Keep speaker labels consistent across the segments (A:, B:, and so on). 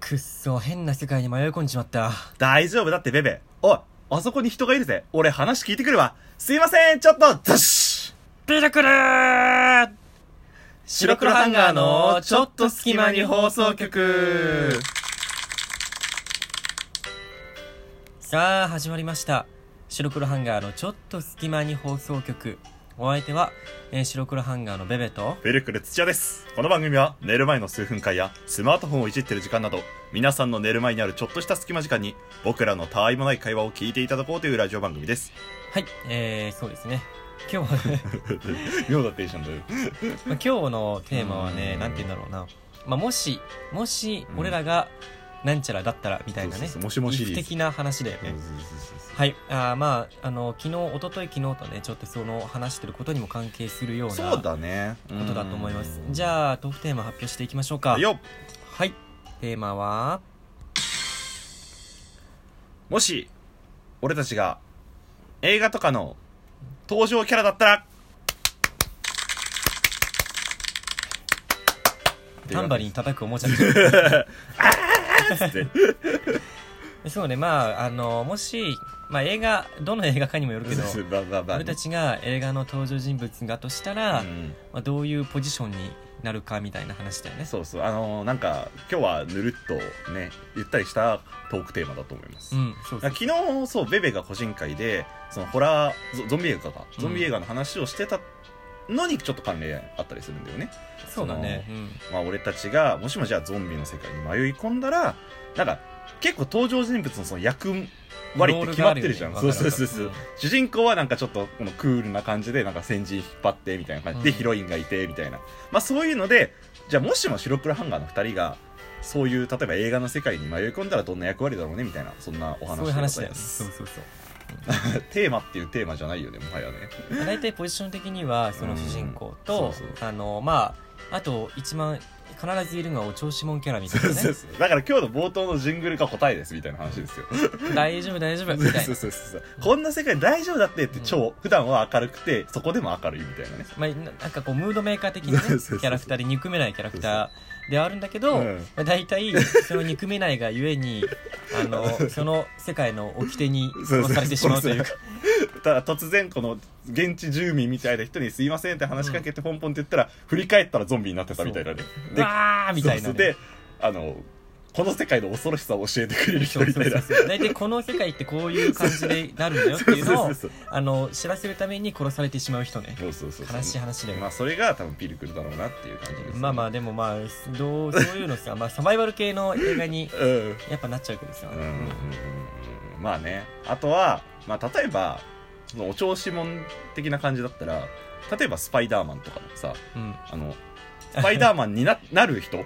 A: くっそ、変な世界に迷い込んじまった。
B: 大丈夫だってベベ。おい、あそこに人がいるぜ。俺話聞いてくるわ。すいません、ちょっと、ダッシュ
A: ピルクルー
B: 白黒ハンガーのちょっと隙間に放送局。
A: さあ、始まりました。白黒ハンガーのちょっと隙間に放送局。お相手は、えー白黒ハンガーのベベと、
B: ベルクル土屋です。この番組は寝る前の数分間やスマートフォンをいじってる時間など、皆さんの寝る前にあるちょっとした隙間時間に、僕らのたわいもない会話を聞いていただこうというラジオ番組です。
A: はい、えー、そうですね。今日 はね、
B: 妙だテンションだよ。
A: まあ、今日のテーマはね
B: う、ん
A: なんて言うんだろうな。まあ、もし、もし、俺らが、なんちゃらだったら、みたいな
B: そう
A: ね
B: そうそう。もしもシリーズ
A: if 的な話だよね。はい、あーまあ、あの、昨日、一昨日昨日とね、ちょっとその話してることにも関係するような
B: そう
A: こ
B: だね。
A: とだと思います。じ
B: ゃ
A: ゃあ、トークテーマ発表していきましょうか。
B: よっ
A: はい、テーマは、
B: もし、俺たちが、映画とかの登場キャラだったら、
A: タンバリン叩くおもちゃ
B: って
A: そうね、まあ、あの、もし、まあ映画、どの映画かにもよるけど、
B: バババ
A: 俺たちが映画の登場人物だとしたら、
B: うん
A: まあ、どういうポジションになるかみたいな話だよね。
B: そうそうあのーなんか今日はぬるっとねゆったりしたトークテーマだと思います、
A: うん、そうそう。
B: 昨日そうベベが個人会でそのホラーゾゾンビ映画か
A: うん
B: ゾンビ映画の話をしてたのにちょっと関連あったりするんだよね、
A: そうだね。うん
B: まあ、俺たちがもしもじゃあゾンビの世界に迷い込んだらなんか結構登場人物のその役割って決まってるじゃん、
A: ロー
B: そ
A: ル
B: う
A: がある
B: そ
A: よね
B: うそうそう、
A: わかるわか
B: 主人公はなんかちょっとこのクールな感じでなんか先人引っ張ってみたいな感じで、
A: うん
B: ヒロインがいてみたいなまあそういうのでじゃあもしも白黒ハンガーの2人がそういう例えば映画の世界に迷い込んだらどんな役割だろうねみたいなそんなお
A: そうい
B: 話
A: う
B: でご
A: 話
B: ざ
A: だ
B: い
A: よね。
B: ます
A: そうそうそう。
B: テーマっていうテーマじゃないよねもはやね
A: まあ大体ポジション的にはその主人公と、
B: うんそうそ
A: あのまああと一番必ずいるのはお調子者キャラみたい
B: そう
A: な
B: そう
A: ね
B: そうだから今日の冒頭のジングルが答えですみたいな話ですよ
A: 大丈夫大丈夫
B: そう
A: みたい
B: そう
A: な、
B: そうそうこんな世界大丈夫だってって超、普段は明るくてそこでも明るいみたいなね
A: まあ、ななんかこうムードメーカー的な、ね、キ
B: そうそうそ
A: ャ
B: う
A: ラクターで憎めないキャラクターではあるんだけど、
B: うん
A: まあ、大体その憎めないがゆえにあ のその世界の掟に
B: そうそう
A: 殺されてしまうというか
B: ただ突然この現地住民みたいな人に「すいません」って話しかけてポンポンって言ったら、振り返ったらゾンビになってたみたいなね
A: う
B: で
A: わーみたいな、
B: そうそう
A: ね
B: であのこの世界の恐ろしさを教えてくれる人
A: そう
B: みた
A: そうそ
B: いな
A: うそう大体この世界ってこういう感じでなるんだよっていうの
B: そ
A: を
B: うそう
A: あの知らせるために殺されてしまう人ね
B: そうそうそうそう
A: 悲しい話だよね
B: まあそれが多分ピルクルだろうなっていう感じです
A: まあまあでもまあどうそういうのさ、まあ、サバイバル系の映画に
B: うん
A: やっぱなっちゃうけどさ、
B: うんうんうんまあねあとは、まあ、例えばそのお調子者的な感じだったら例えばスパイダーマンとかのさ
A: うん
B: あの スパイダーマンにななる人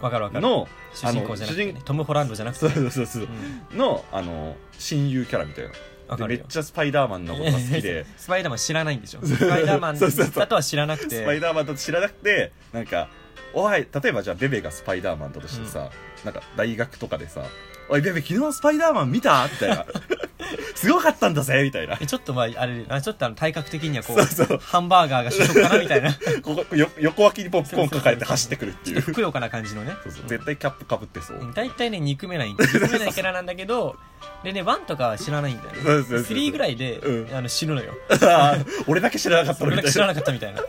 A: わかるわかる
B: の
A: 主人公じゃなくて、
B: あの主
A: ね
B: 人、
A: トム・ホランドじゃなくて、
B: そう
A: ね、
B: そうそうそう
A: う、ん
B: のあの親友キャラみたいな
A: わか
B: でめ
A: る
B: っ
A: よ
B: ちゃスパイダーマンのことが好 きで
A: スパイダーマン知らないんでしょスパイダーマン
B: そうそうそう
A: だとは知らなくて
B: スパイダーマンだと知らなくてなんかおい例えばじゃあベベがスパイダーマンだとしてさ、なんか大学とかでさ「おいベベ昨日のスパイダーマン見た?」みたいな 「すごかったんだぜ」みたいな
A: えちょっとまああれあちょっとあの体格的にはこう
B: そうそう
A: ハンバーガーが主食かなみた いなち
B: ここよ横脇にポップコーン抱えて走ってくるってい
A: ょっとふ
B: う
A: くよかな感じのね
B: そうそう絶対キャップかぶってそう、
A: うん大体ね憎めない憎めないキャラなんだけどでね1とかは知らないんだよね
B: そうそうそう
A: 3ぐらいで、
B: うん
A: あの死ぬのよ
B: あー俺だけ知らなかった
A: そ
B: の
A: れ
B: み
A: だ
B: た
A: け
B: い
A: 知ら
B: な
A: なかったみ たいな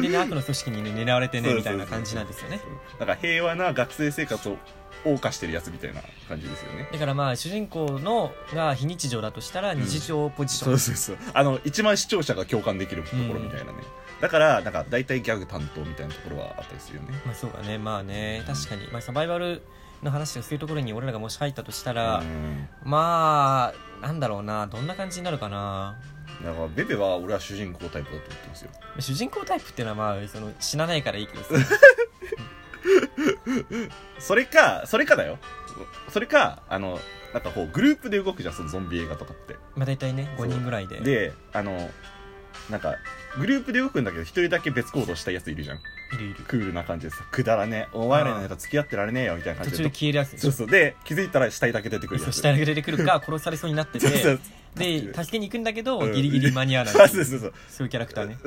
A: でね悪の組織にね狙われてね
B: そう
A: みたいな感じなんですよね
B: だから平和な学生生活を謳歌してるやつみたいな感じですよね
A: だからまあ主人公のが非日常だとしたら日常ポジショ
B: そ
A: ン、
B: うそうそうあの一番視聴者が共感できるところみたいなね、だからなんか大体ギャグ担当みたいなところはあったりするよね
A: まあそうだねまあね確かに、まあ、サバイバルの話をするところに俺らがもし入ったとしたら
B: う、ん
A: まあなんだろうなどんな感じになるかな
B: だからベベは俺は主人公タイプだと思ってますよ
A: 主人公タイプっていうのはまあその死なないからいいけどさ
B: それかそれかだよそれかあのなんかこうグループで動くじゃんそのゾンビ映画とかって
A: まあ大体ね5人ぐらいで
B: であのなんかグループで動くんだけど一人だけ別行動したいやついるじゃん
A: いるいる
B: クールな感じでさくだらねえお前らのやつ付き合ってられねえよみたいな
A: 途
B: 感
A: 中
B: じ
A: で
B: で
A: 消えるやつでし
B: そ
A: ょ
B: うそうで気づいたら死体だけ出てくる
A: そ
B: や
A: う
B: つ
A: 死体が出てくるか殺されそうになってて
B: そうそう
A: で
B: 助
A: 助けに行くんだけど
B: うん
A: ギリギリ間に合わない
B: そうそうそうそう
A: そういうキャラクターね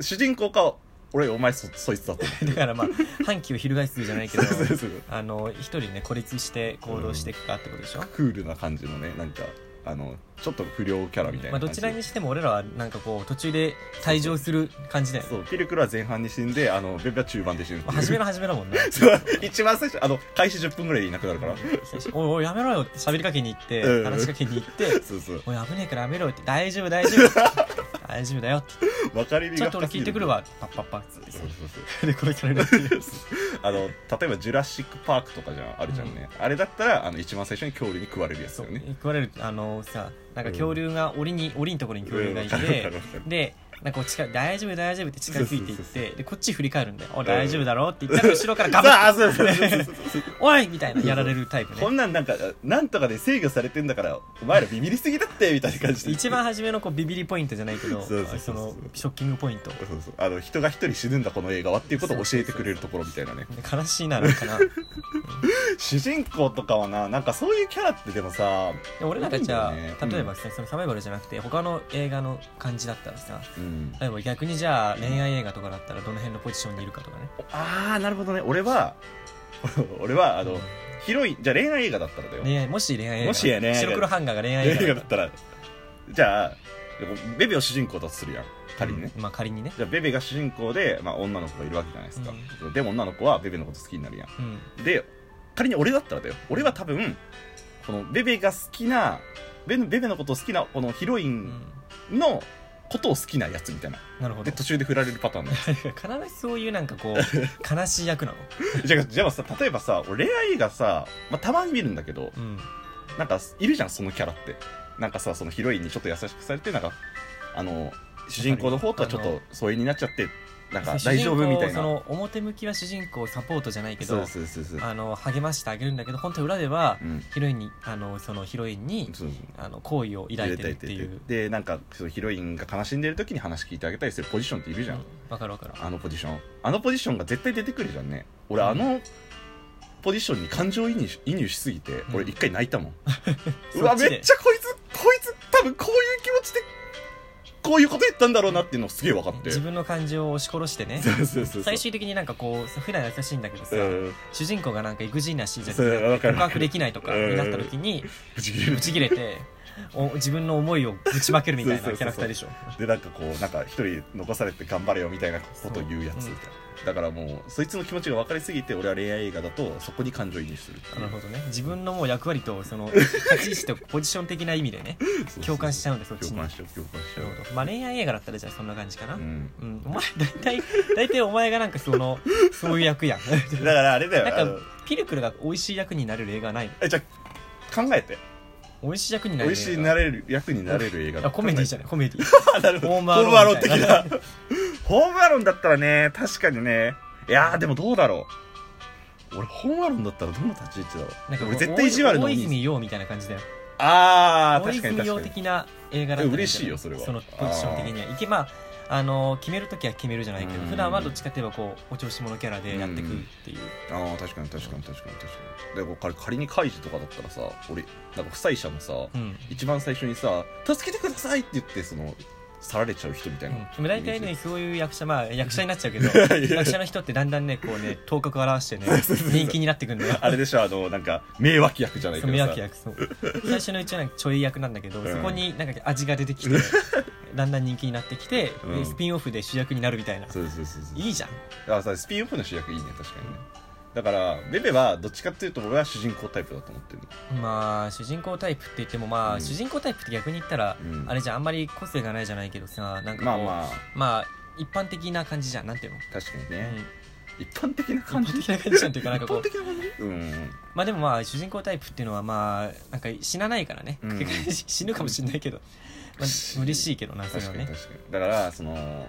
B: 主人公か俺お前そそいつだと思って
A: だからまあ反旗を翻すじゃないけど
B: そうそうそう
A: あの一人ね孤立して行動していくかってことでしょ、
B: クールな感じのねなんかあのちょっと不良キャラみたい
A: まあ、
B: な
A: ど
B: 感
A: ち
B: じ
A: らにしても俺らはなんかこう途中で退場する感じだよね
B: そうピルクルは前半に死んであのベベは中盤で死ぬって
A: ま
B: い
A: あ
B: う
A: 初めの初めだもんな
B: そう一番最初あの開始10分ぐらいでいなくなるから
A: おいおいやめろよって喋りかけに行って、
B: うん
A: 話しかけに行って
B: そうそう
A: おい危ねえからやめろよって大丈夫大丈夫大丈夫だよって
B: 分かりみ
A: ち
B: が
A: ょっと俺
B: 深すぎ
A: 聞いてくるわパッパッパッつって
B: そうそうそう
A: で殺されるっていう
B: あの例えば「ジュラシック・パーク」とかじゃんあるじゃんね、あれだったらあの一番最初に恐竜に食われるやつ
A: そ
B: だ
A: う
B: よね
A: 食われるあのさなんか恐竜が檻に檻のところに恐竜がい
B: うんわかるわ
A: て
B: かるわかる
A: でなんかこう近い大丈夫大丈夫って近づいていっ
B: そうそう
A: てでこっち振り返るんだよ「お
B: ん
A: 大丈夫だろ?」って言ったら後ろからガ
B: さ
A: バ
B: あそうそうそうそう
A: ッ おい!」みたいなやられるタイプ
B: こ
A: ね
B: んなんなんかなんとかで制御されてんだからお前らビビりすぎだってみたいな感じで
A: 一番初めのこうビビりポイントじゃないけど
B: そうそ
A: そ
B: うそうそう
A: のショッキングポイント
B: そうそうあの人が一人死ぬんだこの映画はっていうことを教えてくれるところみたいなね
A: 悲しいなのかなで
B: 主人公とかはななんかそういうキャラってでもさ、
A: 俺なんかじゃ
B: いいんだよ
A: あ
B: ね
A: 例えばさそのサバイバルじゃなくて他の映画の感じだったらさ
B: うん、
A: 例えば逆にじゃあ恋愛映画とかだったらどの辺のポジションにいるかとかね
B: ああなるほどね俺は 俺はあの広いじゃあ恋愛映画だったらだよ、
A: 恋愛もし恋愛映画
B: もしやね
A: 白黒ハンガーが恋愛
B: 恋
A: 映
B: 愛映
A: 画だ
B: 画だ
A: っ
B: ったたらじゃあベベを主人公だとするやん 仮にね、
A: うんまあ仮にね
B: じゃあベベが主人公で、まあ、女の子がいるわけじゃないですか、
A: う
B: でも女の子はベベのこと好きになるやん
A: うん
B: で仮に俺だったらだよ俺は多分このベベが好きなベベベのことを好きなこのヒロイ
A: う
B: ン
A: ん
B: のことを好きなやつみたいな
A: なるほ
B: で
A: ど
B: 途中で振られるパターンのやつ
A: 必ずそういうなんかこう悲しい役なの
B: じゃあじゃあさ例えばさ俺恋愛映画さ、まあ、たまに見るんだけど
A: うん
B: なんかいるじゃんそのキャラってなんかさそのヒロインにちょっと優しくされてなんかあの主人公の方とはちょっと疎遠になっちゃってなんか大丈夫みたい
A: 主人公そ
B: な
A: の表向きは主人公をサポートじゃないけ
B: そ
A: ど
B: うそうそうそう
A: あの励ましてあげるんだけど本当は裏では
B: うん
A: ヒロインにあのそのヒロインに
B: そうそう
A: あの好意を抱いてるっていう
B: でなんかそのヒロインが悲しんでる時に話聞いてあげたりするポジションっているじゃん、
A: うんわかるわかる
B: あのポジションあのポジションが絶対出てくるじゃんね俺
A: うん
B: あのポジションに感情移入し移入しすぎて
A: ん
B: 俺一回泣 いたもん、
A: そう
B: わ
A: っちで
B: めっちゃこいつこいつ多分こういう気持ちでこういうこと言ったんだろうなっていうのすげえ分かって
A: 自分の感情を押し殺してね
B: そうそうそうそう
A: 最終的になんかこう普段優しいんだけどさ
B: うん
A: 主人公がなんか育児なしじゃな
B: そ
A: く
B: う
A: て
B: 分か
A: 告
B: る
A: 白できないとかになった時に
B: ブチ切れ
A: ぶ
B: る
A: ち切れてお自分の思いをぶちまけるみたい
B: そう
A: な
B: そうそうそう
A: キャラクターでしょ
B: でなんかこうなんか一人残されて頑張れよみたいなこと言うやつ
A: そううん
B: だからもうそいつの気持ちが分かりすぎて俺は恋愛映画だとそこに感情移入する
A: なるほどね自分のもう役割とそ の立ち位置とポジション的な意味でね共感しちゃうんだそっちに
B: 共
A: な
B: 感
A: る
B: しちゃう共感しちゃ
A: ほどまあ恋愛映画だったらじゃあそんな感じかな
B: う、う
A: うん
B: ん
A: お前 大体大体お前がなんかそのそういう役やん
B: だからあれだよ
A: な
B: あ
A: ん
B: の
A: かピルクルが美味しい役になれる映画ないの
B: えじゃあ考えて
A: 美味しい役にな
B: 美
A: れる
B: 味
A: 映画
B: しいなれる役になれる映画
A: あコメディじゃ
B: ゃ
A: ないコメディ
B: んなるほど
A: ホ
B: ホ
A: ー
B: ー
A: ム
B: ム
A: ア
B: ア
A: ローン
B: ローン的な ホームアローンだったらね確かにねいやーでもどうだろう俺ホームアローンだったらどの立ち位置だろ
A: なんかこ
B: う
A: う
B: 俺絶対意地悪のお
A: 大
B: 兄さん
A: 泉洋みたいな感じだよ
B: ああ
A: 大
B: 確かに
A: 泉
B: 確
A: 洋
B: かに
A: 的な映画だったら
B: 嬉しいよそれは
A: そのポジション的にはいけまああの決める時は決めるじゃないけど
B: うん
A: 普段はどっちかといえばこうお調子者キャラでやってくっていう
B: ああ確かに確かに確かに確かにでこれ仮にカイジとかだったらさ俺なんか被災者のさ、
A: うん、
B: 一番最初にさ「助けてください!」って言ってそのさられちゃう人みた
A: う
B: い
A: ん
B: な、
A: でも大体ねそういう役者まあ役者になっちゃうけど
B: いや
A: 役者の人ってだんだんねこうね頭角を現 してね人気になってくんだよ
B: あれでしょあのなんか名脇役じゃないけ
A: そう
B: ど
A: 迷
B: さ
A: 惑役そう最初のうちはなんかちょい役なんだけど、
B: うん
A: そこになんか味が出て きてだんだん人気になってきて、
B: う
A: で
B: ん
A: スピンオフで主役になるみたいな
B: そうそうそうそう
A: いいじゃん
B: あさスピンオフの主役いいね確かにねだからベベはどっちかっていうと俺は主人公タイプだと思ってる
A: まあ主人公タイプって言ってもまあ、
B: うん
A: 主人公タイプって逆に言ったら、
B: うん
A: あれじゃんあんまり個性がないじゃないけどさなんかこう
B: まあ
A: まあ、
B: まあ
A: 一般的な感じじゃんなんていうの、
B: 確かに
A: う
B: ね、
A: ん
B: 一般的な感じ
A: 一般的な感じなんていうかなんかこう
B: 一般的な感じうん
A: まあでもまあ主人公タイプっていうのはまあなんか死なないからね、
B: うん
A: 死ぬかもしれないけど、まあ、嬉しいけどなそれ
B: 確
A: は
B: かに
A: ね
B: 確かにだからその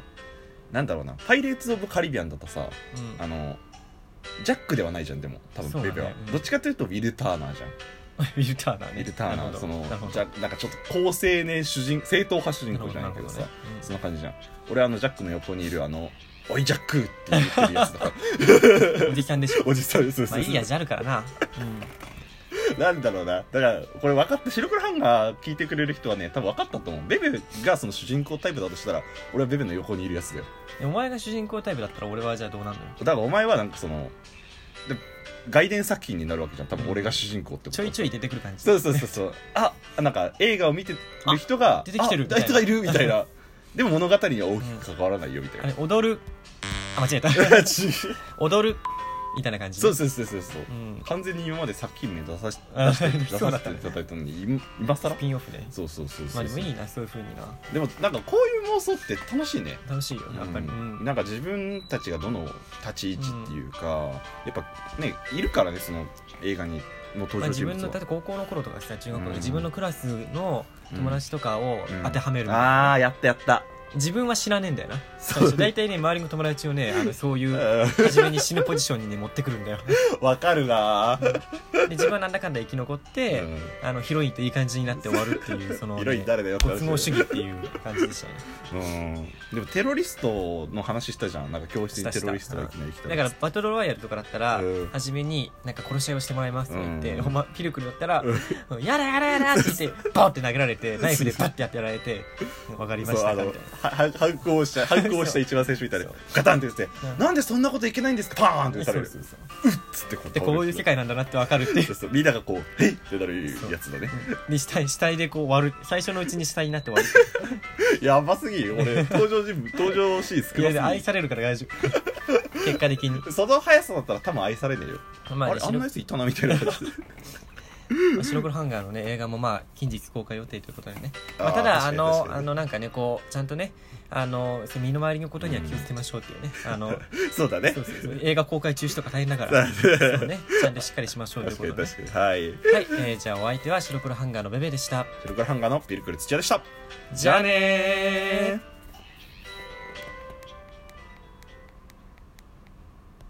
B: なんだろうなパイレーツ・オブ・カリビアンだとさ
A: うん
B: あのジャックではないじゃんでも多
A: そうだ
B: 分ベ
A: ね
B: ベは、
A: うん
B: どっちかというとウィル・ターナーじゃん
A: ウィルターナー
B: ウ
A: ね
B: ィル・ター
A: な
B: ナ
A: るほ
B: ー
A: ど
B: その
A: なるほど
B: じゃなんかちょっと高青年主人正統派主人公じゃないけどさ
A: なるほ
B: そんな感じじゃん俺あのジャックの横にいるあの「おいジャック!」って 言ってるやつだから
A: どねうんおじさんでしょ
B: おじさんそうそう
A: まあ
B: そ
A: い
B: う
A: いやじゃあるからな、うん
B: なんだろうな。だから、これ分かって、白黒ハンガー聞いてくれる人はね、多分分かったと思う。ベベがその主人公タイプだとしたら、俺はベベの横にいるやつだよ。
A: でお前が主人公タイプだったら俺はじゃあどうなんのよ
B: だからお前はなんかその、で外伝作品になるわけじゃん。多分俺が主人公ってこと。
A: ちょいちょい出てくる感じ
B: そうそうそうそう。あ、なんか映画を見てる人が、
A: あ出てきてる
B: あ
A: みたいな
B: 人がいるみたいな。でも物語には大きく関わらないよみたい
A: あ
B: な。
A: れ踊るあ間違え た
B: ち
A: 踊るみたいな感じ
B: そうそうそうそうそう。
A: うん
B: 完全に今まで作品名出さし
A: あ
B: 出して出
A: そうだ
B: さ
A: っ
B: せ
A: たね
B: てい ただいたのに、今今更
A: スピンオフで
B: そうそうそう
A: ま
B: そ
A: あ
B: う
A: で
B: そう、
A: もいいなそういう風にな
B: でもなんかこういう妄想って楽しいね
A: 楽しいよやっぱりう
B: うんんなんか自分たちがどの立ち位置っていうか、やっぱねいるからねその映画にの登
A: まあ、
B: 場
A: 自
B: 人物
A: 分
B: は、
A: のだって高校の頃とかさ中学校
B: う
A: で
B: ん
A: 自分のクラスの友達とかを
B: うん
A: 当てはめるみたいな
B: ああやったやった
A: 自分は知らねえんだよな
B: そう
A: そう大体ね周りの友達をねあのそういう
B: う
A: 初めに死ぬポジションにね持ってくるんだよ
B: んわかるなー
A: で自分はなんだかんだ生き残って、
B: うん
A: あのヒロインといい感じになって終わるっていうその、
B: ヒロイン誰だよって話
A: 突合主義っていう感じでしたね
B: うんでもテロリストの話したじゃんなんか教室にテロリストがいきなり来た
A: だからバトルロワイヤルとかだったら、
B: うん
A: 初めになんか殺し合いをしてもらいますとか言って、
B: うん
A: ほんまピルクルだったら
B: う
A: 「やだやだやだ」って言 ってボンって殴られてナイフでバッてやってやられて「分かりま
B: そ
A: し
B: うあ
A: たか」
B: の
A: みたいな。
B: はは反 抗した反抗した一番最初みたいな
A: そう
B: ガタンって打って
A: うん
B: なんでそんなこといけないんですかパーンって打たれる
A: そうそうそう
B: つってこ
A: でこういう世界なんだなって分かるっていう
B: そうそうみんながこう「えっ!」ってなるやつだね
A: で死体死体でこう割る最初のうちに死体にな って終わる
B: やばすぎる俺登場人 物登場シー
A: い
B: ン
A: や
B: 少
A: で
B: な
A: 愛
B: す
A: されるから大丈夫結果的に
B: ぎるその速さだったら多分愛されねえよ
A: ま
B: あ
A: あ
B: れ
A: ね
B: あん
A: 白
B: なやついたなみ たいな感じで
A: まあ白黒ハンガーのね映画もまあ近日公開予定ということでね、まあ、
B: あー
A: ただあ
B: 確かに
A: の
B: 確かに
A: あのなんかねこうちゃんとねあのその身の回りのことには気をつけましょうっていうね、あの
B: そうだね
A: そうそうそう映画公開中止とか大変だからそうねちゃんとしっかりしましょうという
B: 確
A: こ
B: か
A: と
B: に
A: で、ね、
B: 確かにはい
A: はい、えーじゃあお相手は白黒ハンガーのベベでした
B: シルクハンガーのピルクル土屋でした
A: じゃあねー